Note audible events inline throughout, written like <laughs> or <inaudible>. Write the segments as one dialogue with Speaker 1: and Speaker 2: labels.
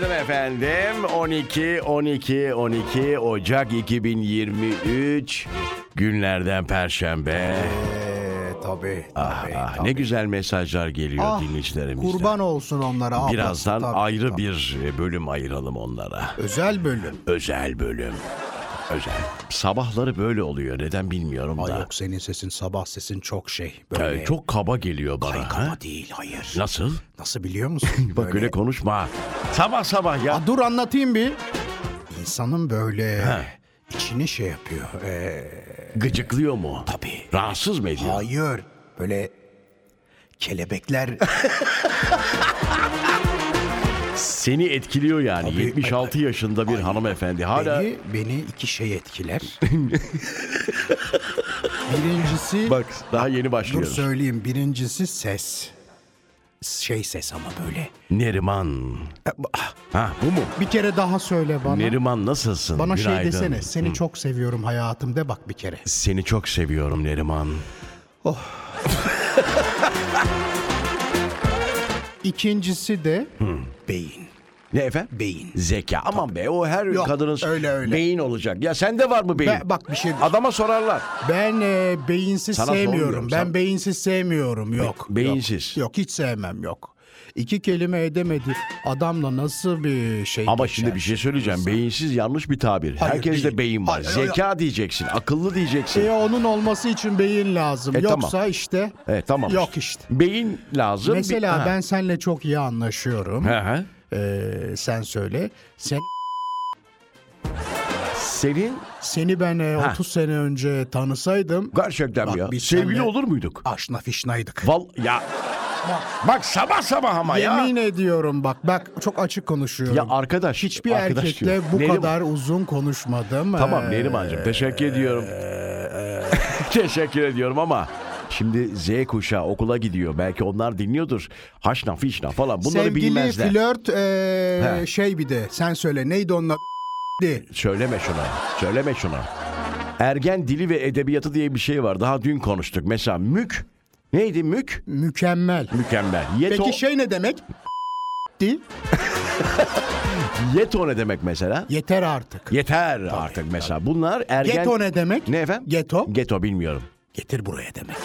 Speaker 1: efendim 12 12 12 Ocak 2023 günlerden Perşembe.
Speaker 2: Ee, tabii.
Speaker 1: Ah,
Speaker 2: tabii,
Speaker 1: ah,
Speaker 2: tabii.
Speaker 1: ne güzel mesajlar geliyor
Speaker 2: Ah,
Speaker 1: dinleyicilerimizden.
Speaker 2: Kurban olsun onlara. abla.
Speaker 1: Birazdan
Speaker 2: Tabii,
Speaker 1: ayrı
Speaker 2: tabii.
Speaker 1: bir e, bölüm ayıralım onlara.
Speaker 2: Özel bölüm.
Speaker 1: Özel bölüm. Özel. Sabahları böyle oluyor. Neden bilmiyorum
Speaker 2: Ay
Speaker 1: da.
Speaker 2: yok senin sesin sabah sesin çok şey. Böyle
Speaker 1: Ee, çok kaba geliyor bana. ha?
Speaker 2: kaykama değil hayır.
Speaker 1: Nasıl?
Speaker 2: Nasıl biliyor musun?
Speaker 1: <laughs> Bak öyle konuşma. Sabah sabah ya.
Speaker 2: Ha, dur anlatayım bir. İnsanın böyle içini şey yapıyor. Ee,
Speaker 1: Gıcıklıyor mu?
Speaker 2: tabii.
Speaker 1: Rahatsız mı ediyor?
Speaker 2: Hayır. Böyle kelebekler
Speaker 1: Seni etkiliyor yani.
Speaker 2: Tabii.
Speaker 1: 76 yaşında bir hanımefendi. <laughs> Hala
Speaker 2: beni, beni iki şey
Speaker 1: <laughs>
Speaker 2: etkiler. Birincisi
Speaker 1: bak daha yeni
Speaker 2: Dur
Speaker 1: başlıyoruz.
Speaker 2: söyleyeyim. Birincisi ses. Şey ses ama böyle. E,
Speaker 1: Neriman. Ha bu mu?
Speaker 2: Bir kere daha söyle bana.
Speaker 1: Neriman nasılsın?
Speaker 2: bana şey
Speaker 1: Günaydın.
Speaker 2: desene. Seni çok seviyorum hayatım de bak bir kere.
Speaker 1: Seni çok seviyorum Neriman.
Speaker 2: İkincisi de beyin.
Speaker 1: Ne efendim?
Speaker 2: Beyin.
Speaker 1: Zeka. Aman be o her
Speaker 2: Yok,
Speaker 1: kadının
Speaker 2: öyle, öyle.
Speaker 1: beyin olacak. Ya sende var mı beyin?
Speaker 2: Ben- bak bir şey-
Speaker 1: Adama sorarlar.
Speaker 2: Ben e, beyinsiz
Speaker 1: Sana sormuyorum,
Speaker 2: sevmiyorum. Ben
Speaker 1: sen-
Speaker 2: beyinsiz sevmiyorum. Yok.
Speaker 1: beyinsiz.
Speaker 2: Yok, yok hiç sevmem yok. İki kelime edemedi. Adamla nasıl bir şey
Speaker 1: Ama
Speaker 2: geçer?
Speaker 1: şimdi bir şey söyleyeceğim. Beyinsiz yanlış bir tabir.
Speaker 2: Hayır,
Speaker 1: Herkeste
Speaker 2: değil.
Speaker 1: beyin var.
Speaker 2: Hayır, hayır.
Speaker 1: Zeka diyeceksin. Akıllı diyeceksin.
Speaker 2: E, onun olması için beyin lazım.
Speaker 1: şey- E, tamam.
Speaker 2: Yoksa işte.
Speaker 1: Evet tamam.
Speaker 2: Yok işte.
Speaker 1: Beyin lazım.
Speaker 2: Mesela
Speaker 1: Bir-
Speaker 2: ben seninle çok iyi anlaşıyorum.
Speaker 1: Ha. Hı hı.
Speaker 2: Ee, sen söyle. Sen
Speaker 1: Senin
Speaker 2: seni ben e,
Speaker 1: Ha.
Speaker 2: 30 sene önce tanısaydım
Speaker 1: gerçekten
Speaker 2: Bak,
Speaker 1: mi ya.
Speaker 2: biz
Speaker 1: Sevgili
Speaker 2: seninle-
Speaker 1: olur muyduk?
Speaker 2: aşna fişnaydık.
Speaker 1: Val ya. Bak sabah sabah ama
Speaker 2: Yemin
Speaker 1: ya.
Speaker 2: ediyorum bak bak çok açık konuşuyorum.
Speaker 1: Ya arkadaş.
Speaker 2: Hiçbir
Speaker 1: arkadaş
Speaker 2: erkekle
Speaker 1: diyorum.
Speaker 2: bu
Speaker 1: Neriman-
Speaker 2: kadar uzun konuşmadım.
Speaker 1: Tamam
Speaker 2: Ee,
Speaker 1: Neriman'cığım teşekkür ediyorum. <laughs> teşekkür ediyorum ama şimdi Z kuşağı okula gidiyor. Belki onlar dinliyordur. Haşna fişna falan bunları
Speaker 2: Ee, sevgili
Speaker 1: bilmezler.
Speaker 2: flört e,
Speaker 1: He.
Speaker 2: şey bir de sen söyle neydi onun adı? Di.
Speaker 1: Söyleme şuna. Söyleme şuna. Ergen dili ve edebiyatı diye bir şey var. Daha dün konuştuk. Mesela mük. Neydi mük?
Speaker 2: Mükemmel.
Speaker 1: Mükemmel. Yeto,
Speaker 2: Peki şey ne demek? Di.
Speaker 1: yeto ne demek mesela?
Speaker 2: Yeter artık.
Speaker 1: Yeter artık mesela. Bunlar ergen...
Speaker 2: Geto ne demek?
Speaker 1: Ne efendim?
Speaker 2: Geto.
Speaker 1: Geto bilmiyorum.
Speaker 2: Getir buraya demek.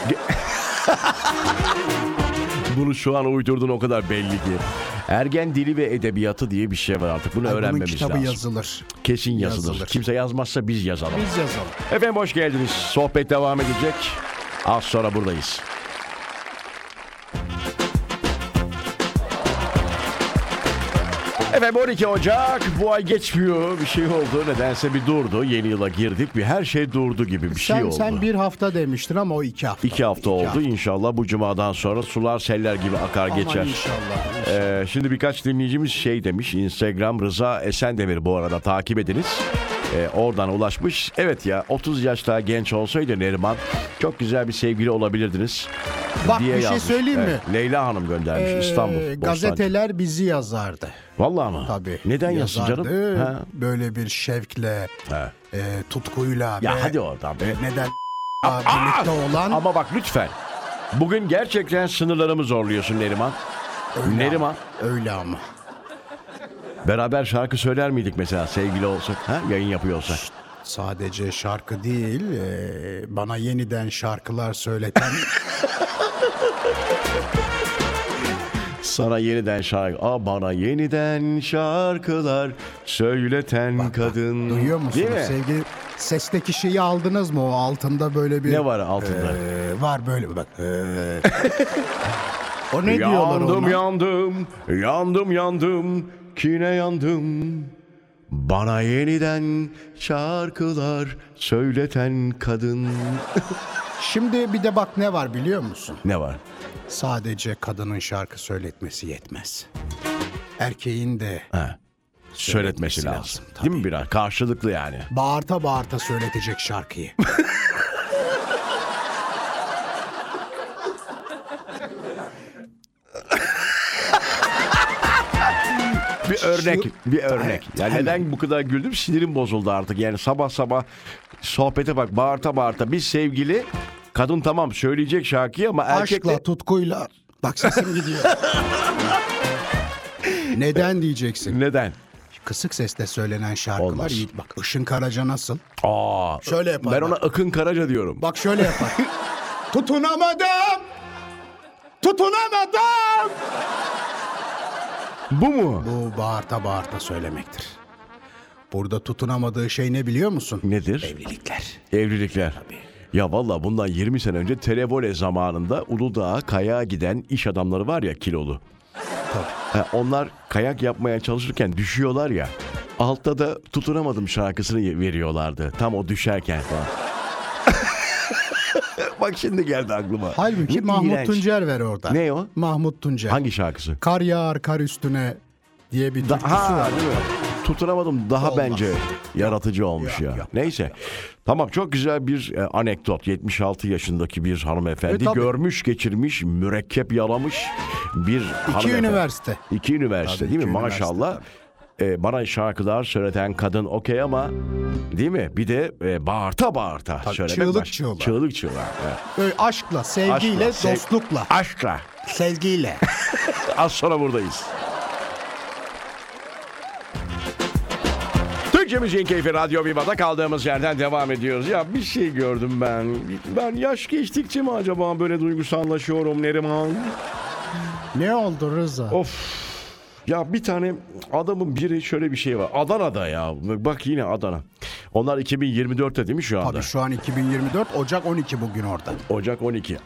Speaker 1: Bunu şu an uydurdun o kadar belli ki. Ergen dili ve edebiyatı diye bir şey var artık. Bunu
Speaker 2: Ay, Bunun
Speaker 1: öğrenmemiz
Speaker 2: kitabı
Speaker 1: lazım.
Speaker 2: yazılır.
Speaker 1: Kesin yazılır.
Speaker 2: yazılır.
Speaker 1: Kimse yazmazsa biz yazalım.
Speaker 2: Biz yazalım.
Speaker 1: Efendim hoş geldiniz. Sohbet devam edecek. Az sonra buradayız. Efendim 12 Ocak bu ay geçmiyor. Bir şey oldu. Nedense bir durdu. Yeni yıla girdik. Bir her şey durdu gibi bir şey
Speaker 2: sen,
Speaker 1: oldu.
Speaker 2: sen bir hafta demiştin ama o iki hafta.
Speaker 1: İki hafta oldu. İnşallah bu cumadan sonra sular seller gibi akar
Speaker 2: Aman
Speaker 1: geçer.
Speaker 2: inşallah.
Speaker 1: Ee, şimdi birkaç dinleyicimiz şey demiş. Instagram Rıza Esendemir bu arada takip ediniz. Ee, oradan ulaşmış. Evet ya 30 yaş daha genç olsaydı Neriman çok güzel bir sevgili olabilirdiniz.
Speaker 2: Bak
Speaker 1: diye
Speaker 2: bir
Speaker 1: yazmış.
Speaker 2: şey söyleyeyim mi?
Speaker 1: Evet, Leyla Hanım göndermiş
Speaker 2: Ee,
Speaker 1: İstanbul. Bostancı.
Speaker 2: gazeteler bizi yazardı.
Speaker 1: Vallahi mı?
Speaker 2: Tabii.
Speaker 1: Neden yazsın
Speaker 2: yazardı,
Speaker 1: canım? Ha,
Speaker 2: Böyle bir şevkle,
Speaker 1: ha.
Speaker 2: e, tutkuyla
Speaker 1: Ya
Speaker 2: ve
Speaker 1: hadi oradan be.
Speaker 2: neden birlikte olan
Speaker 1: Ama bak lütfen. Bugün gerçekten sınırlarımı zorluyorsun Neriman.
Speaker 2: öyle
Speaker 1: Neriman.
Speaker 2: ama, öyle ama.
Speaker 1: Beraber şarkı söyler miydik mesela sevgili olsak? Ha? Yayın yapıyor olsak.
Speaker 2: Sadece şarkı değil, e, bana yeniden şarkılar söyleten
Speaker 1: <laughs> Sana yeniden şarkı. Aa, bana yeniden şarkılar söyleten kadın.
Speaker 2: duyuyor musunuz
Speaker 1: Değil mi?
Speaker 2: sevgili? Sesteki şeyi aldınız mı o altında böyle bir
Speaker 1: Ne var altında?
Speaker 2: Ee, var böyle bak. ee. o ne diyorlar
Speaker 1: yandım
Speaker 2: ona?
Speaker 1: yandım, yandım yandım, kine yandım. Bana yeniden şarkılar söyleten kadın.
Speaker 2: Şimdi bir de bak ne var biliyor musun?
Speaker 1: Ne var?
Speaker 2: Sadece kadının şarkı söyletmesi yetmez. Erkeğin de
Speaker 1: Ha. Söyletmesi lazım.
Speaker 2: lazım,
Speaker 1: Değil mi biraz? Karşılıklı yani.
Speaker 2: bağırta bağırta söyletecek şarkıyı.
Speaker 1: Bir örnek, bir örnek. Ya
Speaker 2: Hemen.
Speaker 1: neden bu kadar güldüm? Sinirim bozuldu artık. Yani sabah sabah sohbete bak, bağırta bağırta. Biz sevgili, kadın tamam söyleyecek şarkıyı ama erkekle...
Speaker 2: Aşkla, tutkuyla. Bak sesim gidiyor. Neden diyeceksin?
Speaker 1: Neden?
Speaker 2: kısık sesle söylenen şarkılar
Speaker 1: Olmaz.
Speaker 2: iyi. Bak Işın Karaca nasıl?
Speaker 1: Aa.
Speaker 2: Şöyle yapar.
Speaker 1: Ben
Speaker 2: bak.
Speaker 1: ona Akın Karaca diyorum.
Speaker 2: Bak şöyle yapar. Tutunamadım. Tutunamadım.
Speaker 1: Bu mu?
Speaker 2: Bu bağırta bağırta söylemektir. Burada tutunamadığı şey ne biliyor musun?
Speaker 1: Nedir?
Speaker 2: Evlilikler.
Speaker 1: Evlilikler. Ya valla bundan 20 sene önce Televole zamanında Uludağ'a kayağa giden iş adamları var ya kilolu. Ha, onlar kayak yapmaya çalışırken düşüyorlar ya. Altta da tutunamadım şarkısını ye- veriyorlardı. Tam o düşerken
Speaker 2: <laughs>
Speaker 1: falan. Bak şimdi geldi aklıma.
Speaker 2: Halbuki
Speaker 1: Ne
Speaker 2: Mahmut
Speaker 1: iğrenç.
Speaker 2: Tuncer ver orada.
Speaker 1: Ne o?
Speaker 2: Mahmut Tuncer.
Speaker 1: Hangi şarkısı?
Speaker 2: Kar yağar kar üstüne diye bir türküsü
Speaker 1: Ha
Speaker 2: var.
Speaker 1: değil mi? Tutunamadım daha
Speaker 2: Olmaz.
Speaker 1: bence yaratıcı olmuş
Speaker 2: Yok,
Speaker 1: ya.
Speaker 2: yok.
Speaker 1: Neyse. Tamam çok güzel bir e, anekdot. 76 yaşındaki bir
Speaker 2: E,
Speaker 1: hanımefendi
Speaker 2: tabii.
Speaker 1: görmüş, geçirmiş, mürekkep yalamış bir
Speaker 2: İki
Speaker 1: hanımefendi.
Speaker 2: üniversite.
Speaker 1: İki üniversite
Speaker 2: Tabii,
Speaker 1: değil mi?
Speaker 2: iki üniversite,
Speaker 1: Maşallah. E, bana şarkılar söyleten kadın okey ama değil mi? Bir de e, bağırta bağırta söylemek
Speaker 2: çığlık
Speaker 1: baş-
Speaker 2: çığlığa.
Speaker 1: Çığlık çığlığa. Evet.
Speaker 2: Böyle aşkla, sevgiyle,
Speaker 1: Aşkla, sev-
Speaker 2: dostlukla.
Speaker 1: Aşkla.
Speaker 2: Sevgiyle.
Speaker 1: Az sonra buradayız. Türkçe Müziğin Keyfi Radyo Viva'da kaldığımız yerden devam ediyoruz. Ya bir şey gördüm ben. Ben yaş geçtikçe mi acaba böyle duygusallaşıyorum Neriman?
Speaker 2: ne oldu Rıza?
Speaker 1: Of. Ya bir tane adamın biri şöyle bir şey var. Adana'da ya. Bak yine Adana. Onlar 2024'te değil mi şu anda?
Speaker 2: Tabii şu an 2024 Ocak 12 bugün orada.
Speaker 1: Ocak 12.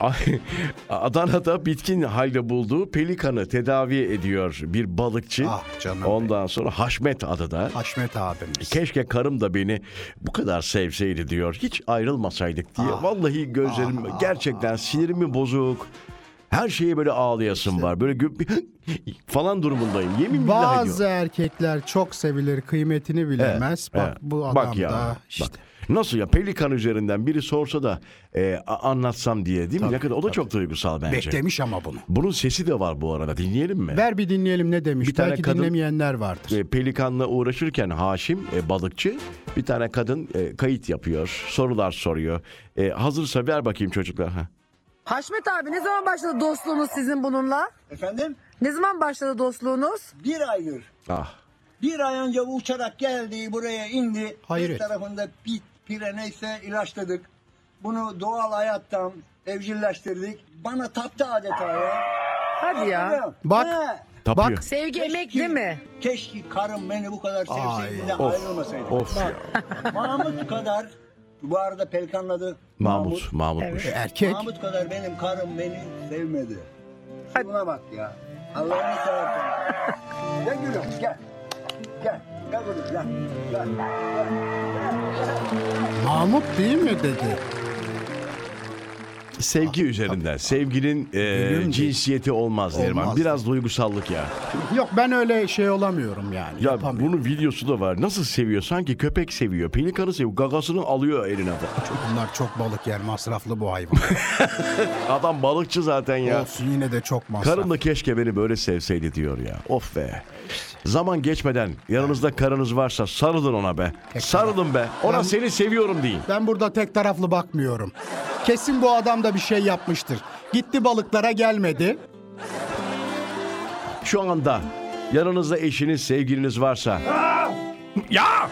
Speaker 1: <laughs> Adana'da bitkin halde bulduğu pelikanı tedavi ediyor bir balıkçı.
Speaker 2: Ah canım
Speaker 1: Ondan sonra Haşmet adı da.
Speaker 2: Haşmet abimiz.
Speaker 1: Keşke karım da beni bu kadar sevseydi diyor. Hiç ayrılmasaydık diye.
Speaker 2: Ah,
Speaker 1: Vallahi gözlerim gerçekten sinirimi bozuk. Her şeye böyle ağlayasım var. Böyle gü- <laughs> falan durumundayım. Yemin billahi diyorum.
Speaker 2: Bazı erkekler çok sevilir, kıymetini bilemez. Bak
Speaker 1: Evet.
Speaker 2: bu adam
Speaker 1: Bak ya,
Speaker 2: da
Speaker 1: bak.
Speaker 2: işte.
Speaker 1: Nasıl ya pelikan üzerinden biri sorsa da e, a- anlatsam diye değil mi? ne kadar o da çok duygusal bence.
Speaker 2: Beklemiş ama bunu.
Speaker 1: Bunun sesi de var bu arada. Dinleyelim mi?
Speaker 2: Ver bir dinleyelim ne demiş.
Speaker 1: Bir tane
Speaker 2: Belki
Speaker 1: kadın-
Speaker 2: dinlemeyenler vardır.
Speaker 1: E, Pelikanla uğraşırken Haşim e, balıkçı bir tane kadın e, kayıt yapıyor. Sorular soruyor. E, hazırsa ver bakayım çocuklar. Ha.
Speaker 3: Haşmet abi ne zaman başladı dostluğunuz sizin bununla?
Speaker 4: Efendim?
Speaker 3: Ne zaman başladı dostluğunuz?
Speaker 4: Bir aydır.
Speaker 1: Ah.
Speaker 4: Bir ay önce bu uçarak geldi buraya indi.
Speaker 2: Hayret.
Speaker 4: Bir tarafında pit, pire neyse ilaçladık. Bunu doğal hayattan evcilleştirdik. Bana taptı adeta ya.
Speaker 3: Hadi ya.
Speaker 4: Biliyor musun?
Speaker 2: Bak.
Speaker 4: He.
Speaker 1: Tapıyor.
Speaker 2: Bak.
Speaker 3: Sevgi emek
Speaker 4: Keşke-
Speaker 3: değil mi?
Speaker 4: Keşke karım beni bu kadar sevseydi de
Speaker 1: Of,
Speaker 4: ayrılmasaydı.
Speaker 1: of
Speaker 4: Bak, Mahmut kadar, bu arada Pelkan'ın adı
Speaker 1: Mahmut. Mahmut'muş.
Speaker 2: Erkek
Speaker 4: Mahmut kadar benim karım beni sevmedi. Şu Buna bak ya. Allah'ını seversen. gel gülüm gel. Gel. Gel gülüm gel. Gel.
Speaker 2: Mahmut değil mi dedi.
Speaker 1: Sevgi üzerinden. Sevginin e,
Speaker 2: Biliyorum ki-
Speaker 1: cinsiyeti olmaz Neriman.
Speaker 2: Olmaz.
Speaker 1: Biraz duygusallık ya.
Speaker 2: Yok ben öyle şey olamıyorum yani.
Speaker 1: Ya
Speaker 2: Yapamıyorum.
Speaker 1: bunun videosu da var. Nasıl seviyor? Sanki köpek seviyor. Pelikanı seviyor. Gagasını alıyor eline. falan.
Speaker 2: Bunlar çok balık yer masraflı bu hayvan.
Speaker 1: Adam balıkçı zaten <laughs> ya.
Speaker 2: Olsun yine de çok masraflı.
Speaker 1: Karım da keşke beni böyle sevseydi diyor ya. Of be. Zaman geçmeden yanınızda karınız varsa sarılın ona be. Sarılın be. Ona
Speaker 2: Ben-
Speaker 1: seni seviyorum deyin.
Speaker 2: Ben burada tek taraflı bakmıyorum. Kesin bu adam da bir şey yapmıştır. Gitti balıklara gelmedi.
Speaker 1: Şu anda yanınızda eşiniz, sevgiliniz varsa. Ya!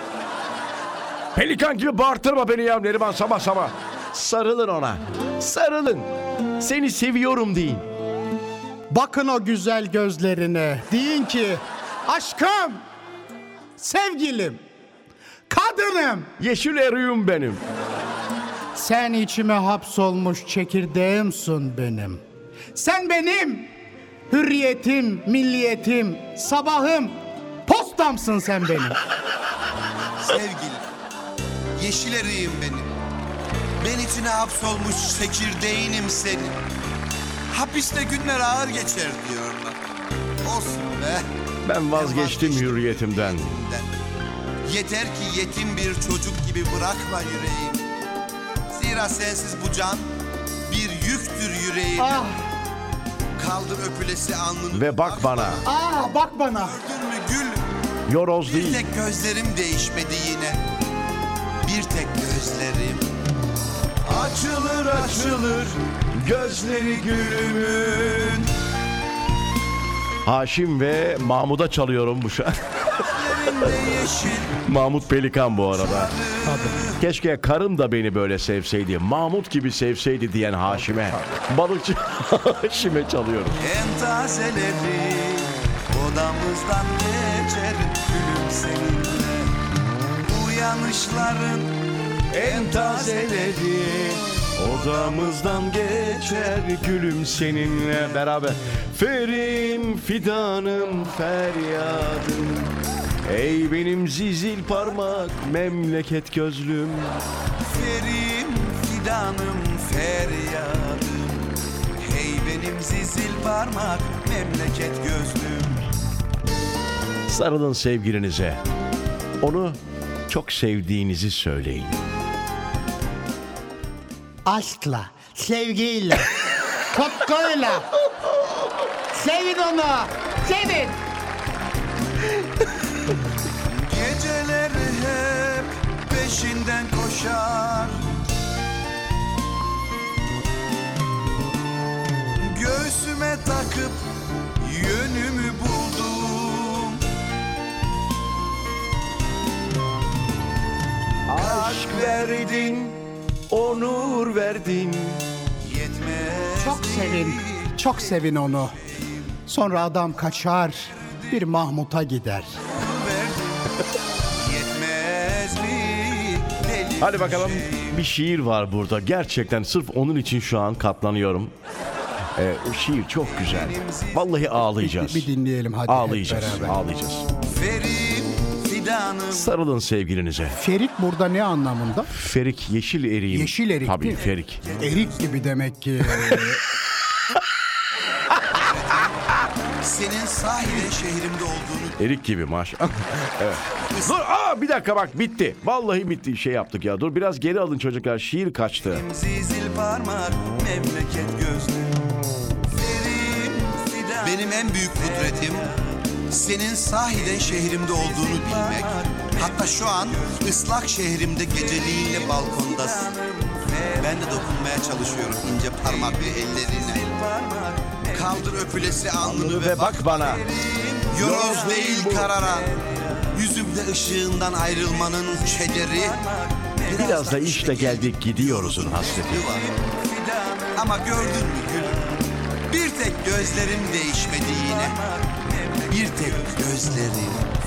Speaker 1: Pelikan gibi bağırtırma beni ya Neriman sabah sabah. Sarılın ona. Sarılın. Seni seviyorum deyin.
Speaker 2: Bakın o güzel gözlerine. Deyin ki aşkım, sevgilim, kadınım.
Speaker 1: Yeşil eriyum benim.
Speaker 2: Sen içime hapsolmuş çekirdeğimsin benim. Sen benim hürriyetim, milliyetim, sabahım, postamsın sen <laughs> benim.
Speaker 5: Sevgilim, yeşil eriyim benim. Ben içine hapsolmuş çekirdeğinim senin. Hapiste günler ağır geçer diyorlar. Olsun be.
Speaker 1: Ben vazgeçtim hürriyetimden.
Speaker 5: Yeter ki yetim bir çocuk gibi bırakma yüreğimi. Zira sensiz bu can bir yüktür yüreğime.
Speaker 2: Ah,
Speaker 5: Kaldır öpülesi alnını.
Speaker 1: Ve bak bana.
Speaker 2: ah bak bana.
Speaker 5: Gördün mü gül
Speaker 1: Yoroz
Speaker 5: Bir
Speaker 1: değil.
Speaker 5: tek gözlerim değişmedi yine. Bir tek gözlerim. Açılır açılır gözleri gülümün.
Speaker 1: Haşim ve Mahmud'a çalıyorum bu şarkı. <laughs>
Speaker 5: Gözlerin Üstümde yeşil
Speaker 1: Mahmut Pelikan bu arada. Keşke karım da beni böyle sevseydi. Mahmut gibi sevseydi diyen Haşim'e. Balıkçı <laughs> Haşim'e çalıyoruz.
Speaker 5: en tazeleri Odamızdan geçer gülüm seninle Uyanışların en tazeleri
Speaker 1: Odamızdan geçer gülüm seninle beraber. Ferim fidanım feryadım. Ey benim zizil parmak memleket gözlüm.
Speaker 5: Ferim fidanım feryadım Hey benim zizil parmak memleket gözlüm
Speaker 1: Sarılın sevgilinize. Onu çok sevdiğinizi söyleyin.
Speaker 2: aşkla, sevgiyle, tutkuyla. Sevin onu, sevin.
Speaker 5: Geceleri hep peşinden koşar Göğsüme takıp yönümü buldum Aşk verdin, onur verdin Yetmez
Speaker 2: Çok sevin, çok sevin onu. Sonra adam kaçar, bir Mahmut'a gider.
Speaker 5: Yetmez mi deli
Speaker 1: Hadi bakalım.
Speaker 5: şey?
Speaker 1: Bir şiir var burada. Gerçekten sırf onun için şu an katlanıyorum. Ee, o şiir çok güzel. Vallahi ağlayacağız.
Speaker 2: Bir dinleyelim hadi hep
Speaker 1: Ağlayacağız,
Speaker 2: beraber.
Speaker 1: ağlayacağız.
Speaker 5: Ferim fidanım
Speaker 1: Sarılın sevgilinize.
Speaker 2: Ferit burada ne anlamında?
Speaker 1: Ferik, yeşil eriğim.
Speaker 2: Yeşil erik
Speaker 1: Tabii
Speaker 2: değil mi?
Speaker 1: ferik.
Speaker 2: Erik gibi
Speaker 1: <laughs>
Speaker 2: demek ki.
Speaker 5: Senin sahiden şehrimde olduğunu
Speaker 1: Erik gibi
Speaker 2: <laughs>
Speaker 1: maşallah. Evet. Dur aa bir dakika bak bitti. Vallahi bitti şey yaptık ya. Dur biraz geri alın çocuklar. Şiir kaçtı.
Speaker 5: Zizil parmak memleket gözlü Ferim fidan Benim en büyük kudretim senin sahiden şehrimde olduğunu bilmek Hatta şu an ıslak şehrimde geceliğinle balkondasın Ben de dokunmaya çalışıyorum ince parmaklı ellerine Kaldır öpülesi alnını ve bak
Speaker 1: bana.
Speaker 5: Yoroz değil kararan Yüzümde ışığından ayrılmanın kederi
Speaker 1: Biraz da işte geldik gidiyoruzun hasreti.
Speaker 5: Hasreti var. Ama gördün mü gülüm? Bir tek gözlerim değişmedi yine. Bir tek gözlerim.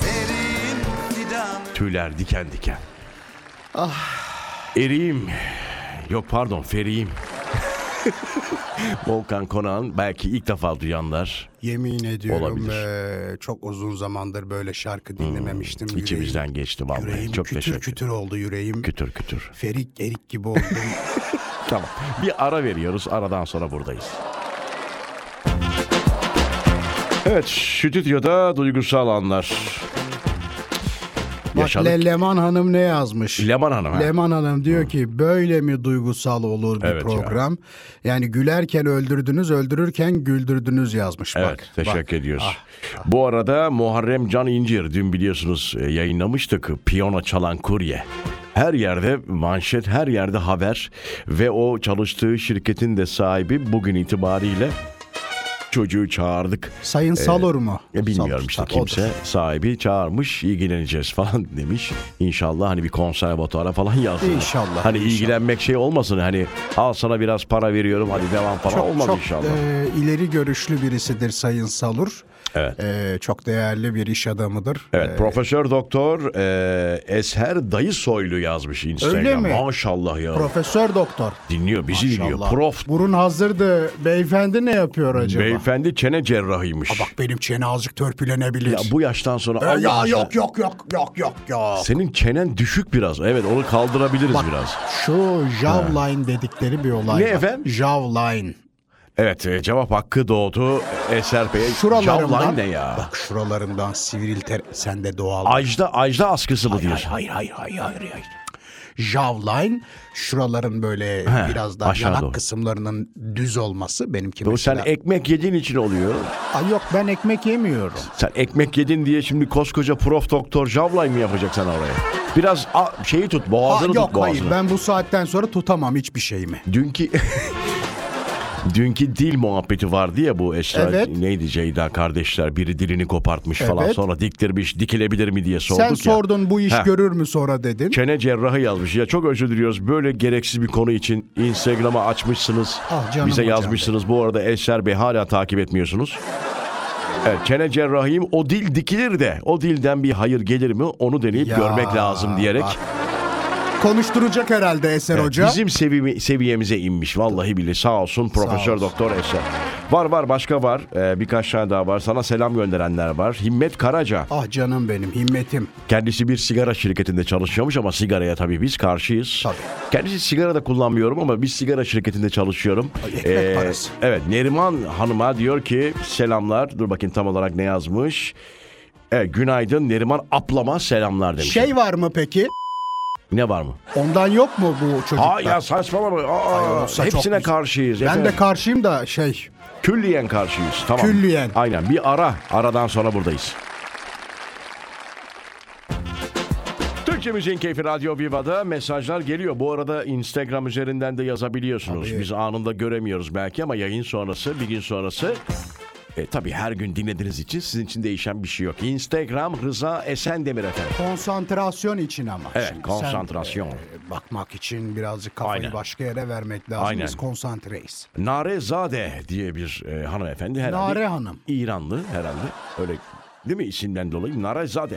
Speaker 5: Ferim fidanım.
Speaker 1: Tüyler diken diken. Ah. Eriğim. Yok pardon Feriğim. <laughs> Volkan Konağan belki ilk defa duyanlar
Speaker 2: Yemin ediyorum
Speaker 1: Olabilir.
Speaker 2: be, çok uzun zamandır böyle şarkı dinlememiştim. Yüreğim-
Speaker 1: içimizden geçti vallahi.
Speaker 2: Yüreğim
Speaker 1: Çok
Speaker 2: kütür
Speaker 1: teşekkür
Speaker 2: kütür oldu yüreğim.
Speaker 1: Kütür kütür.
Speaker 2: Ferik erik
Speaker 1: <laughs>
Speaker 2: gibi oldum.
Speaker 1: Tamam. Bir ara veriyoruz. Aradan sonra buradayız. Evet, stüdyoda duygusal anlar.
Speaker 2: Bak
Speaker 1: Yaşadık.
Speaker 2: Leman Hanım ne yazmış?
Speaker 1: Leman Hanım, ha? Hmm.
Speaker 2: Leman Hanım diyor ki böyle mi duygusal olur bir
Speaker 1: Evet ya.
Speaker 2: program? Yani gülerken öldürdünüz, öldürürken güldürdünüz yazmış
Speaker 1: Evet,
Speaker 2: bak.
Speaker 1: teşekkür
Speaker 2: bak. Ah,
Speaker 1: ediyoruz. Bu arada Muharrem Can İncir dün biliyorsunuz e, yayınlamıştık piyano çalan kurye. Her yerde manşet, her yerde haber ve o çalıştığı şirketin de sahibi bugün itibariyle çocuğu çağırdık.
Speaker 2: Sayın Salur mu?
Speaker 1: E bilmiyorum
Speaker 2: Salur,
Speaker 1: işte
Speaker 2: tabii,
Speaker 1: kimse
Speaker 2: odur.
Speaker 1: sahibi çağırmış ilgileneceğiz falan <laughs> demiş. İnşallah hani bir konservatuara falan yazdılar.
Speaker 2: İnşallah,
Speaker 1: Hani
Speaker 2: inşallah.
Speaker 1: ilgilenmek şey olmasın hani al sana biraz para veriyorum hadi devam falan
Speaker 2: Çok,
Speaker 1: olmaz
Speaker 2: çok
Speaker 1: inşallah.
Speaker 2: e, ileri görüşlü birisidir Sayın Salur.
Speaker 1: Evet.
Speaker 2: E, çok değerli bir iş adamıdır.
Speaker 1: Evet,
Speaker 2: E,
Speaker 1: Profesör Doktor e, Esher Dayı Soylu yazmış Instagram.
Speaker 2: Öyle mi?
Speaker 1: Maşallah ya.
Speaker 2: Profesör doktor.
Speaker 1: dinliyor, bizi dinliyor.
Speaker 2: Maşallah.
Speaker 1: Prof
Speaker 2: Burun hazırdı. Beyefendi ne yapıyor acaba?
Speaker 1: beyefendi çene cerrahıymış.
Speaker 2: Aa, Bak benim çene azıcık törpülenebilir.
Speaker 1: ya bu yaştan sonra
Speaker 2: E,
Speaker 1: Allah
Speaker 2: ya
Speaker 1: aşkına-
Speaker 2: yok yok yok yok yok yok.
Speaker 1: Senin çenen düşük biraz. Evet, onu kaldırabiliriz
Speaker 2: Bak,
Speaker 1: biraz.
Speaker 2: Şu jawline dedikleri bir olay.
Speaker 1: Ne
Speaker 2: var.
Speaker 1: efendim?
Speaker 2: Jawline.
Speaker 1: Evet, e, cevap hakkı doğdu Esher Bey'e. Jawline
Speaker 2: Şuralarından.
Speaker 1: ne ya?
Speaker 2: Bak şuralarından sivril ter sende doğal.
Speaker 1: Ajda, Ajda askısı mı
Speaker 2: hayır
Speaker 1: diyorsun?
Speaker 2: hayır hayır hayır hayır. hayır. Jawline şuraların böyle
Speaker 1: He,
Speaker 2: biraz daha
Speaker 1: aşağı
Speaker 2: yanak
Speaker 1: doğru.
Speaker 2: kısımlarının düz olması benimki
Speaker 1: Bu sen
Speaker 2: mesela.
Speaker 1: ekmek yediğin için oluyor.
Speaker 2: Ay yok ben ekmek yemiyorum.
Speaker 1: Sen ekmek yedin diye şimdi koskoca prof doktor Javlay mı yapacak sana oraya? Biraz a- şeyi tut,
Speaker 2: Aa,
Speaker 1: boğazını
Speaker 2: yok
Speaker 1: tut boğazını.
Speaker 2: hayır ben bu saatten sonra tutamam hiçbir şeyimi.
Speaker 1: Dünkü <laughs> Dünkü dil muhabbeti vardı ya bu Esra
Speaker 2: Evet.
Speaker 1: neydi Ceyda kardeşler biri dilini kopartmış falan
Speaker 2: Evet.
Speaker 1: sonra diktirmiş dikilebilir mi diye sorduk
Speaker 2: Sen
Speaker 1: ya.
Speaker 2: sordun bu iş
Speaker 1: Heh.
Speaker 2: görür mü sonra dedin.
Speaker 1: Çene cerrahı yazmış. Ya çok özür diliyoruz. Böyle gereksiz bir konu için Instagram'a açmışsınız.
Speaker 2: Ah canım
Speaker 1: bize
Speaker 2: hocam
Speaker 1: yazmışsınız. Bu arada Eser Bey hala takip etmiyorsunuz. Evet, çene cerrahiyim. O dil dikilir de o dilden bir hayır gelir mi onu deneyip
Speaker 2: Ya,
Speaker 1: görmek lazım diyerek
Speaker 2: bak. Konuşturacak herhalde Eser
Speaker 1: Evet,
Speaker 2: Hoca.
Speaker 1: bizim sevimi- seviyemize inmiş vallahi billahi sağ olsun Profesör
Speaker 2: olsun.
Speaker 1: Doktor Eser. Var var başka var Ee, birkaç tane daha var sana selam gönderenler var. Himmet Karaca
Speaker 2: Ah canım benim himmetim.
Speaker 1: Kendisi bir sigara şirketinde çalışıyormuş ama sigaraya tabii biz karşıyız.
Speaker 2: Tabii.
Speaker 1: Kendisi sigara da kullanmıyorum ama bir sigara şirketinde çalışıyorum.
Speaker 2: ekmek
Speaker 1: Ee,
Speaker 2: parası.
Speaker 1: Evet Neriman Hanım'a diyor ki selamlar. Dur bakayım tam olarak ne yazmış. Evet, günaydın Neriman aplama selamlar demiş.
Speaker 2: Şey var mı peki?
Speaker 1: Ne var mı?
Speaker 2: Ondan yok mu bu çocukta?
Speaker 1: Aa ya saçmalama. Aa,
Speaker 2: Ay, olsa çok
Speaker 1: hepsine
Speaker 2: güzel.
Speaker 1: karşıyız.
Speaker 2: ben
Speaker 1: efendim.
Speaker 2: de karşıyım da şey.
Speaker 1: külliyen karşıyız. Tamam.
Speaker 2: Külliyen.
Speaker 1: Aynen bir ara. Aradan sonra buradayız. Türkçe Müziğin Keyfi Radyo Viva'da mesajlar geliyor. Bu arada Instagram üzerinden de yazabiliyorsunuz. Biz anında göremiyoruz belki ama yayın sonrası, bir gün sonrası. E, tabii her gün dinlediğiniz için sizin için değişen bir şey yok. Instagram Rıza Esendemir efendim.
Speaker 2: Konsantrasyon için ama.
Speaker 1: Evet,
Speaker 2: Şimdi sen,
Speaker 1: konsantrasyon.
Speaker 2: e, bakmak için birazcık kafayı
Speaker 1: Aynen.
Speaker 2: başka yere vermek lazım.
Speaker 1: Aynen.
Speaker 2: Biz konsantreyiz.
Speaker 1: Narezade diye bir e, hanımefendi herhalde.
Speaker 2: Nare Hanım.
Speaker 1: İranlı herhalde. Öyle değil mi isimden dolayı? Narezade.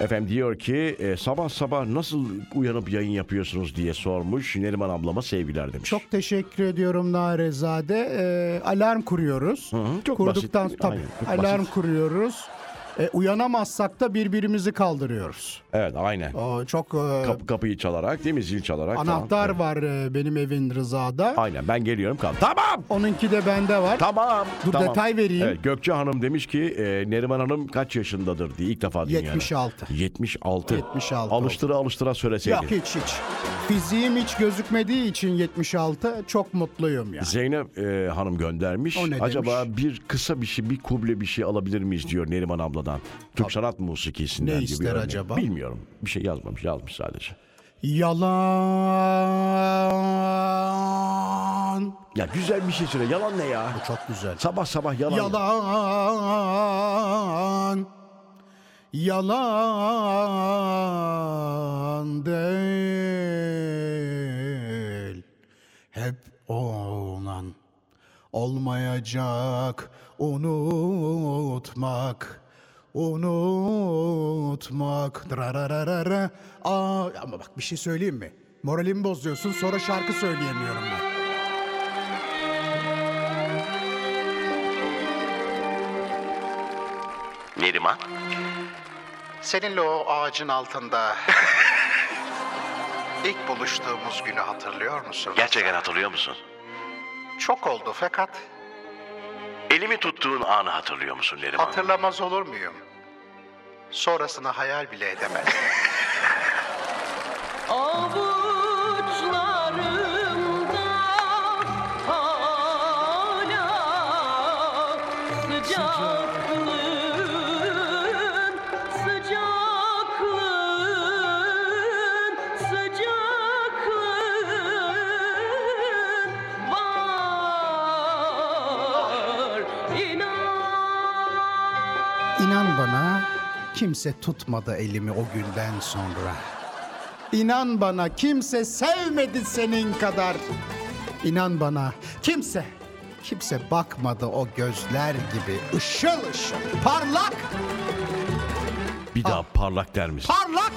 Speaker 1: Efendim diyor ki e, sabah sabah nasıl uyanıp yayın yapıyorsunuz diye sormuş. Neriman ablama sevgiler demiş.
Speaker 2: Çok teşekkür ediyorum Narezade. Ee, alarm kuruyoruz.
Speaker 1: hı, çok
Speaker 2: Kurduktan
Speaker 1: basit.
Speaker 2: tabii
Speaker 1: Aynen, çok
Speaker 2: alarm
Speaker 1: basit.
Speaker 2: kuruyoruz. Ee, uyanamazsak da birbirimizi kaldırıyoruz.
Speaker 1: Evet aynen.
Speaker 2: Aa, çok e,
Speaker 1: Kapı, kapıyı çalarak değil mi zil çalarak. tamam.
Speaker 2: anahtar var e, benim evin Rıza'da.
Speaker 1: Aynen ben geliyorum kal. Tamam.
Speaker 2: Onunki de bende var.
Speaker 1: Tamam.
Speaker 2: Dur,
Speaker 1: tamam.
Speaker 2: detay vereyim.
Speaker 1: Evet, Gökçe Hanım demiş ki e, Neriman Hanım kaç yaşındadır diye ilk defa dünyada.
Speaker 2: 76.
Speaker 1: 76.
Speaker 2: 76
Speaker 1: Alıştıra alıştıra
Speaker 2: Yok
Speaker 1: söyleseydin.
Speaker 2: hiç hiç. Fiziğim hiç gözükmediği için 76 çok mutluyum ya.
Speaker 1: Zeynep e, Hanım göndermiş.
Speaker 2: O ne
Speaker 1: Acaba
Speaker 2: demiş?
Speaker 1: bir kısa bir şey, bir kuble bir şey alabilir miyiz diyor Neriman abladan. Türk sanat musikisinden
Speaker 2: Ne
Speaker 1: gibi bir
Speaker 2: ister
Speaker 1: örnek.
Speaker 2: acaba?
Speaker 1: Bilmiyorum. Bir şey yazmamış, yazmış sadece.
Speaker 2: Yalan.
Speaker 1: Ya güzel bir şey söyle. Yalan ne ya?
Speaker 2: Bu çok güzel.
Speaker 1: Sabah sabah yalan. ya.
Speaker 2: Yalan. Yalan değil. Hep olan. Olmayacak unutmak. Unutmak. Drararara. Aa, ama bak bir şey söyleyeyim mi? Moralimi bozuyorsun sonra şarkı söyleyemiyorum ben.
Speaker 6: Neriman?
Speaker 2: Seninle o ağacın altında ilk buluştuğumuz günü hatırlıyor musun?
Speaker 6: Gerçekten hatırlıyor musun?
Speaker 2: Çok oldu fakat
Speaker 6: Elimi tuttuğun anı hatırlıyor musun Neriman?
Speaker 2: hatırlamaz olur muyum? Sonrasını hayal bile edemez.
Speaker 7: Avuçlarımda hala sıcaklığın, sıcaklığın, sıcaklığın var. İnan.
Speaker 2: İnan bana kimse tutmadı elimi o günden sonra. İnan bana kimse sevmedi senin kadar. İnan bana kimse kimse bakmadı o gözler gibi ışıl ışıl parlak
Speaker 1: Bir daha
Speaker 2: Ah.
Speaker 1: parlak der misin?
Speaker 2: parlak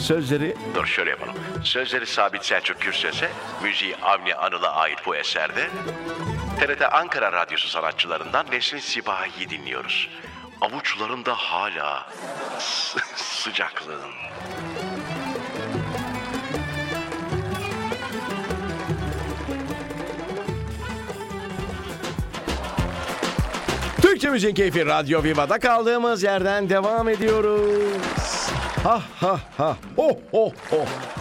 Speaker 1: Sözleri
Speaker 6: Dur şöyle yapalım. Sözleri Sabit Selçuk Gürses'e, müziği Avni Anıl'a ait bu eserde TRT Ankara Radyosu sanatçılarından Nesrin Sibahi'yi dinliyoruz. Avuçlarımda hala <laughs> sı- sıcaklığın.
Speaker 1: Türkçe Müziğin Keyfi Radyo Viva'da kaldığımız yerden devam ediyoruz. Ha ha ha. Ho ho ho.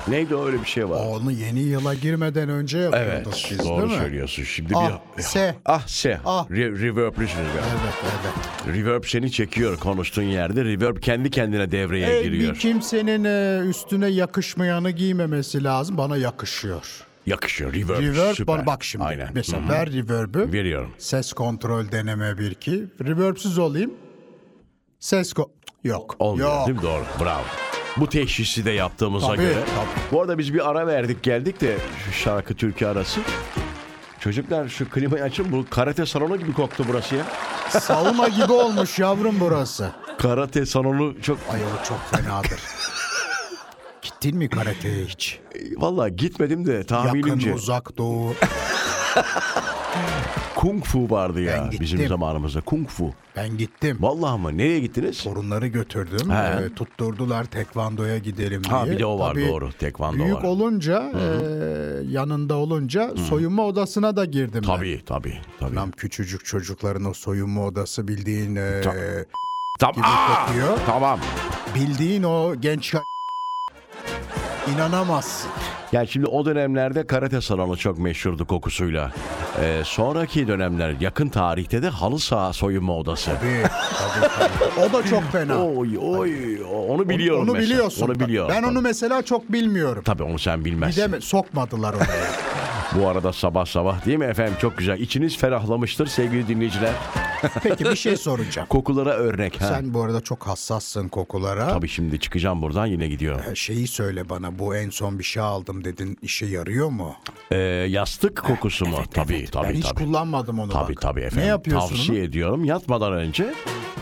Speaker 1: Neydi o, öyle bir şey var.
Speaker 2: Onu yeni yıla girmeden önce yapıyorduk
Speaker 1: Evet,
Speaker 2: biz
Speaker 1: doğru
Speaker 2: değil mi?
Speaker 1: söylüyorsun. Şimdi
Speaker 2: Ah,
Speaker 1: bir
Speaker 2: se.
Speaker 1: Ah se.
Speaker 2: Ah.
Speaker 1: Re- reverb'lü şimdi be.
Speaker 2: Evet evet.
Speaker 1: Reverb seni çekiyor konuştuğun yerde. Reverb kendi kendine devreye
Speaker 2: Ee,
Speaker 1: giriyor.
Speaker 2: bir kimsenin e, üstüne yakışmayanı giymemesi lazım. Bana yakışıyor.
Speaker 1: Yakışıyor. Reverb,
Speaker 2: Reverb
Speaker 1: süper.
Speaker 2: bana bak şimdi.
Speaker 1: Aynen.
Speaker 2: Mesela
Speaker 1: Hı hı.
Speaker 2: ver reverb'ü.
Speaker 1: Veriyorum.
Speaker 2: Ses kontrol deneme bir ki. Reverb'süz olayım. Ses ko... Yok.
Speaker 1: Olmuyor
Speaker 2: Yok.
Speaker 1: değil mi? Doğru. Bravo. Bu teşhisi de yaptığımıza
Speaker 2: Tabii,
Speaker 1: göre.
Speaker 2: tabii.
Speaker 1: Bu arada biz bir ara verdik geldik de şu şarkı türkü arası. Çocuklar şu klimayı açın. Bu karate salonu gibi koktu burası ya.
Speaker 2: Sauna gibi olmuş yavrum burası.
Speaker 1: Karate salonu çok...
Speaker 2: Ay o çok
Speaker 1: <laughs>
Speaker 2: fenadır. Gittin mi karateye hiç?
Speaker 1: Vallahi gitmedim de tahminimce.
Speaker 2: Yakın uzak doğu.
Speaker 1: Kung Fu vardı ya
Speaker 2: Ben gittim.
Speaker 1: bizim zamanımızda. Kung Fu.
Speaker 2: Ben gittim.
Speaker 1: Vallahi mı? Nereye gittiniz?
Speaker 2: Torunları götürdüm.
Speaker 1: He.
Speaker 2: Ee, tutturdular tekvandoya gidelim diye.
Speaker 1: Ha, bir de o var,
Speaker 2: Tabii
Speaker 1: doğru. Tekvando
Speaker 2: büyük
Speaker 1: var.
Speaker 2: olunca e, yanında olunca soyunma odasına da girdim ben.
Speaker 1: Tabii tabii. tabii.
Speaker 2: Lan küçücük çocukların o soyunma odası bildiğin e,
Speaker 1: Ta- Tam-
Speaker 2: gibi
Speaker 1: Aa!
Speaker 2: kokuyor.
Speaker 1: Tamam.
Speaker 2: Bildiğin o genç inanamazsın.
Speaker 1: Yani şimdi o dönemlerde karate salonu çok meşhurdu kokusuyla. Ee, sonraki dönemler yakın tarihte de halı saha soyunma odası.
Speaker 2: Tabii, tabii, tabii. O da çok fena.
Speaker 1: Oy oy onu biliyorum
Speaker 2: onu
Speaker 1: mesela.
Speaker 2: biliyorsun.
Speaker 1: Onu biliyorum.
Speaker 2: Ben onu
Speaker 1: tabii.
Speaker 2: mesela çok bilmiyorum.
Speaker 1: Tabii onu sen
Speaker 2: Bir
Speaker 1: bilmezsin.
Speaker 2: de mi- sokmadılar oraya.
Speaker 1: <laughs> Bu arada sabah sabah değil mi efendim çok güzel. İçiniz ferahlamıştır sevgili dinleyiciler.
Speaker 2: Peki bir şey soracağım.
Speaker 1: Kokulara örnek. Ha.
Speaker 2: Sen bu arada çok hassassın kokulara.
Speaker 1: Tabii şimdi çıkacağım buradan yine gidiyorum.
Speaker 2: Şeyi söyle bana bu en son bir şey aldım dedin işe yarıyor mu?
Speaker 1: Ee, yastık kokusu mu? tabii tabii
Speaker 2: ben hiç
Speaker 1: tabii.
Speaker 2: kullanmadım onu
Speaker 1: Tabii
Speaker 2: bak.
Speaker 1: tabii efendim.
Speaker 2: Ne yapıyorsun?
Speaker 1: Tavsiye ediyorum yatmadan önce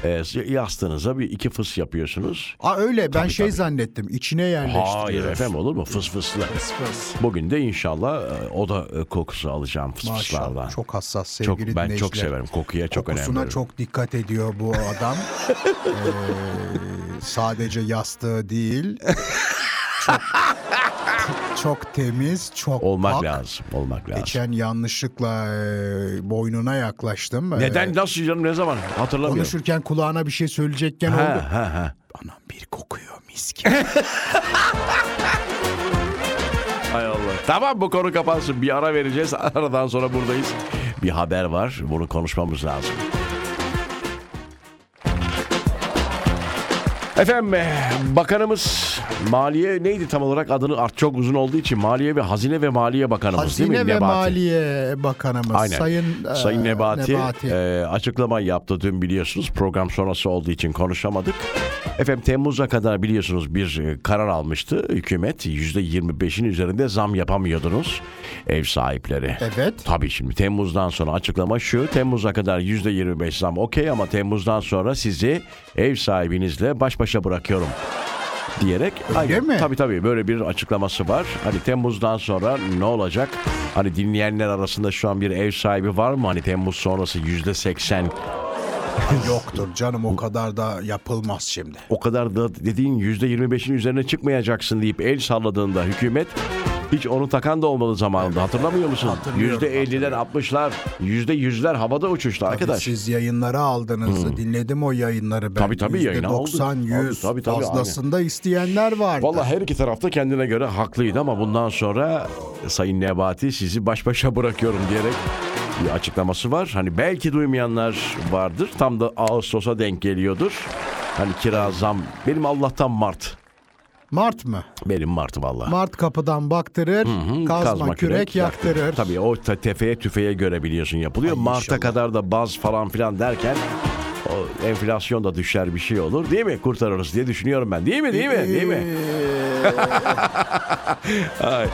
Speaker 1: e, yastığınıza bir iki fıs yapıyorsunuz.
Speaker 2: Aa öyle ben
Speaker 1: Tabii,
Speaker 2: şey
Speaker 1: tabii.
Speaker 2: zannettim içine yerleştiriyorsun.
Speaker 1: Hayır efendim olur mu? Fıs fıslı.
Speaker 2: Fıs fıs.
Speaker 1: Bugün de inşallah e, o da e, kokusu alacağım fıs fıslardan.
Speaker 2: Maşallah çok hassas sevgili
Speaker 1: Çok- ben çok
Speaker 2: dinleyiciler.
Speaker 1: severim. Kokuya çok önem
Speaker 2: Kokusuna
Speaker 1: veririm.
Speaker 2: çok dikkat ediyor bu
Speaker 1: <laughs>
Speaker 2: adam. Ee, sadece yastığı değil. çok, çok temiz, çok
Speaker 1: Olmak
Speaker 2: pak.
Speaker 1: lazım. Olmak lazım.
Speaker 2: Geçen yanlışlıkla e, boynuna yaklaştım. Ee,
Speaker 1: Neden? Nasıl canım? Ne zaman? Hatırlamıyorum.
Speaker 2: konuşurken kulağına bir şey söyleyecekken
Speaker 1: Ha,
Speaker 2: oldu.
Speaker 1: ha, ha.
Speaker 2: Anam bir kokuyor mis gibi.
Speaker 1: Hay Allah. Tamam bu konu kapansın. Bir ara vereceğiz. <laughs> Aradan sonra buradayız. Bir haber var. Bunu konuşmamız lazım. Efendim eh, bakanımız Maliye neydi tam olarak adını art çok uzun olduğu için Maliye ve Hazine ve Maliye Bakanımız değil
Speaker 2: Hazine
Speaker 1: mi
Speaker 2: ve
Speaker 1: Nebati?
Speaker 2: Maliye Bakanımız
Speaker 1: Aynen.
Speaker 2: Sayın, e,
Speaker 1: Sayın Nebati, e, açıklama yaptı dün biliyorsunuz. Program sonrası olduğu için konuşamadık. Efendim Temmuz'a kadar biliyorsunuz bir e, karar almıştı hükümet. %25'in üzerinde zam yapamıyordunuz ev sahipleri.
Speaker 2: Evet.
Speaker 1: Tabii şimdi Temmuz'dan sonra açıklama şu. Temmuz'a kadar %25 zam okey ama Temmuz'dan sonra sizi ev sahibinizle baş başa bırakıyorum diyerek.
Speaker 2: mi?
Speaker 1: Tabii tabii böyle bir açıklaması var. Hani Temmuz'dan sonra ne olacak? Hani dinleyenler arasında şu an bir ev sahibi var mı? Hani Temmuz sonrası %80
Speaker 2: Yoktur canım o kadar da yapılmaz şimdi.
Speaker 1: o kadar da dediğin %25'in üzerine çıkmayacaksın deyip el salladığında hükümet hiç onu takan da olmadı zamanında. Hatırlamıyor musun?
Speaker 2: Hatırlıyorum,
Speaker 1: %50'ler, 60'lar, %100'ler havada uçuştu arkadaş. Hmm.
Speaker 2: Siz yayınları aldınız. Dinledim o yayınları ben.
Speaker 1: Tabii, tabii, yayını aldık.
Speaker 2: 90 100
Speaker 1: Tabii, tabii, tabii,
Speaker 2: fazlasında isteyenler vardı.
Speaker 1: Vallahi her iki tarafta kendine göre haklıydı ama bundan sonra Sayın Nebati sizi baş başa bırakıyorum diyerek bir açıklaması var. Hani belki duymayanlar vardır. Tam da Ağustos'a denk geliyordur. Hani kira zam. Benim Allah'tan Mart.
Speaker 2: Mart mı?
Speaker 1: Benim Mart vallahi.
Speaker 2: Mart kapıdan baktırır, kazma, kürek, yaktırır.
Speaker 1: Tabii o te- tefeye tüfeğe göre biliyorsun yapılıyor.
Speaker 2: Ay
Speaker 1: Mart'a
Speaker 2: inşallah.
Speaker 1: kadar da baz falan filan derken o enflasyon da düşer bir şey olur değil mi? Kurtarırız diye düşünüyorum ben. Değil mi? Değil mi? Değil mi? <laughs>
Speaker 2: Ee,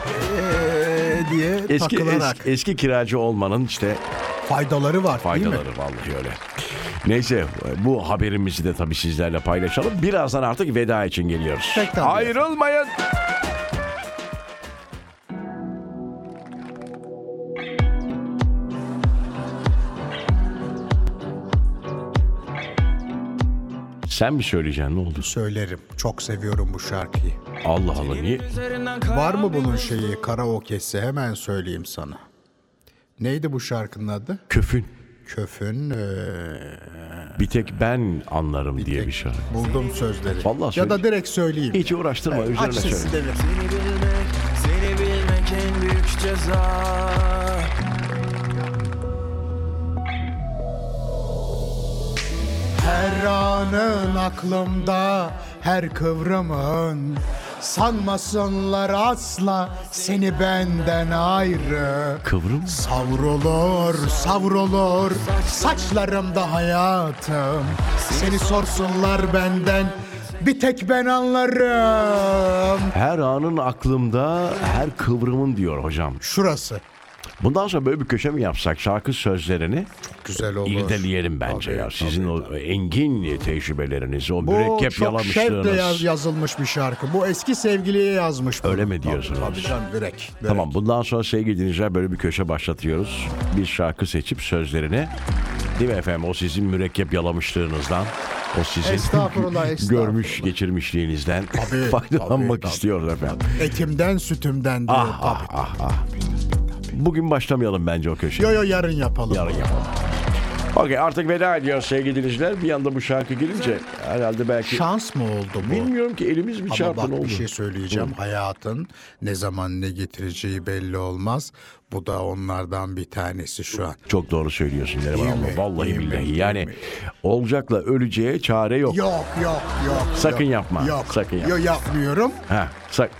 Speaker 2: diye
Speaker 1: Eski,
Speaker 2: takılarak
Speaker 1: eski, eski kiracı olmanın işte
Speaker 2: faydaları var değil mi?
Speaker 1: faydaları vallahi öyle. Neyse bu haberimizi de tabii sizlerle paylaşalım. Birazdan artık veda için geliyoruz.
Speaker 2: Pek tabii.
Speaker 1: Ayrılmayın. Sen mi söyleyeceksin ne oldu?
Speaker 2: Söylerim. Çok seviyorum bu şarkıyı.
Speaker 1: Allah Allah niye?
Speaker 2: Var mı bunun şeyi karaoke'si? Hemen söyleyeyim sana. Neydi bu şarkının adı?
Speaker 1: Köfün.
Speaker 2: Köf'ün e,
Speaker 1: Bir tek ben anlarım diye bir şarkı.
Speaker 2: buldum sözleri.
Speaker 1: Vallahi
Speaker 2: ya da
Speaker 1: söyle.
Speaker 2: direkt söyleyeyim.
Speaker 1: Hiç uğraştırma üzerine
Speaker 2: Aç
Speaker 1: söyle.
Speaker 2: sesini de ver.
Speaker 8: Seni bilmek, seni bilmek en büyük ceza
Speaker 2: Her anın aklımda, her kıvrımın Sanmasınlar asla seni benden ayrı
Speaker 1: Kıvrım.
Speaker 2: Savrulur, savrulur saçlarımda hayatım Seni sorsunlar benden, bir tek ben anlarım
Speaker 1: Her anın aklımda, her kıvrımın diyor hocam.
Speaker 2: Şurası
Speaker 1: Bundan sonra böyle bir köşe mi yapsak? Şarkı sözlerini
Speaker 2: güzel olur
Speaker 1: irdeleyelim bence ya. Sizin o engin tecrübelerinizi, o
Speaker 2: Bu
Speaker 1: mürekkep
Speaker 2: çok şevkle
Speaker 1: yalamışlığınız.
Speaker 2: yaz- yazılmış bir şarkı Bu eski sevgiliye yazmış bunu.
Speaker 1: Öyle mi diyorsunuz?
Speaker 2: Tabii canım, direkt, direkt.
Speaker 1: Tamam bundan sonra sevgili dinleyiciler böyle bir köşe başlatıyoruz. Bir şarkı seçip sözlerini. Değil mi efendim o sizin mürekkep yalamışlığınızdan. O sizin <laughs>
Speaker 2: Estağfurullah, estağfurullah.
Speaker 1: görmüş geçirmişliğinizden
Speaker 2: Tabii,
Speaker 1: <laughs> faydalanmak
Speaker 2: tabii, tabii.
Speaker 1: istiyoruz efendim.
Speaker 2: Etimden sütümden diyor
Speaker 1: Ah, ah,
Speaker 2: tabii.
Speaker 1: ah, ah. Bugün başlamayalım bence o köşeye.
Speaker 2: Yo yo yarın yapalım.
Speaker 1: Yarın yapalım. Okey artık veda ediyor sevgili dinleyiciler. Bir anda bu şarkı girince herhalde belki...
Speaker 2: Şans mı oldu bu?
Speaker 1: Bilmiyorum ki elimiz mi
Speaker 2: Ama
Speaker 1: çarpın
Speaker 2: bak
Speaker 1: oldu.
Speaker 2: bir şey söyleyeceğim. Hayatın ne zaman ne getireceği belli olmaz. Bu da onlardan bir tanesi şu an.
Speaker 1: Çok doğru söylüyorsun Neriman
Speaker 2: Değil
Speaker 1: abla.
Speaker 2: mi?
Speaker 1: Vallahi
Speaker 2: Değil mi?
Speaker 1: billahi.
Speaker 2: Değil
Speaker 1: yani
Speaker 2: mi?
Speaker 1: olacakla öleceğe çare yok.
Speaker 2: Yok yok yok.
Speaker 1: Sakın
Speaker 2: yok,
Speaker 1: yapma,
Speaker 2: Yok.
Speaker 1: sakın yapma.
Speaker 2: Yo yapmıyorum.
Speaker 1: Ha, sak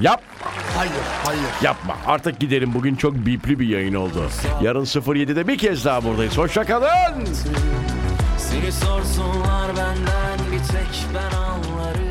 Speaker 1: Yap,
Speaker 2: Hayır hayır.
Speaker 1: yapma. Artık gidelim. Bugün çok bipli bir yayın oldu. Yarın 07'de bir kez daha buradayız. Hoşça kalın.
Speaker 8: Seni sorsunlar benden bir tek ben anlarım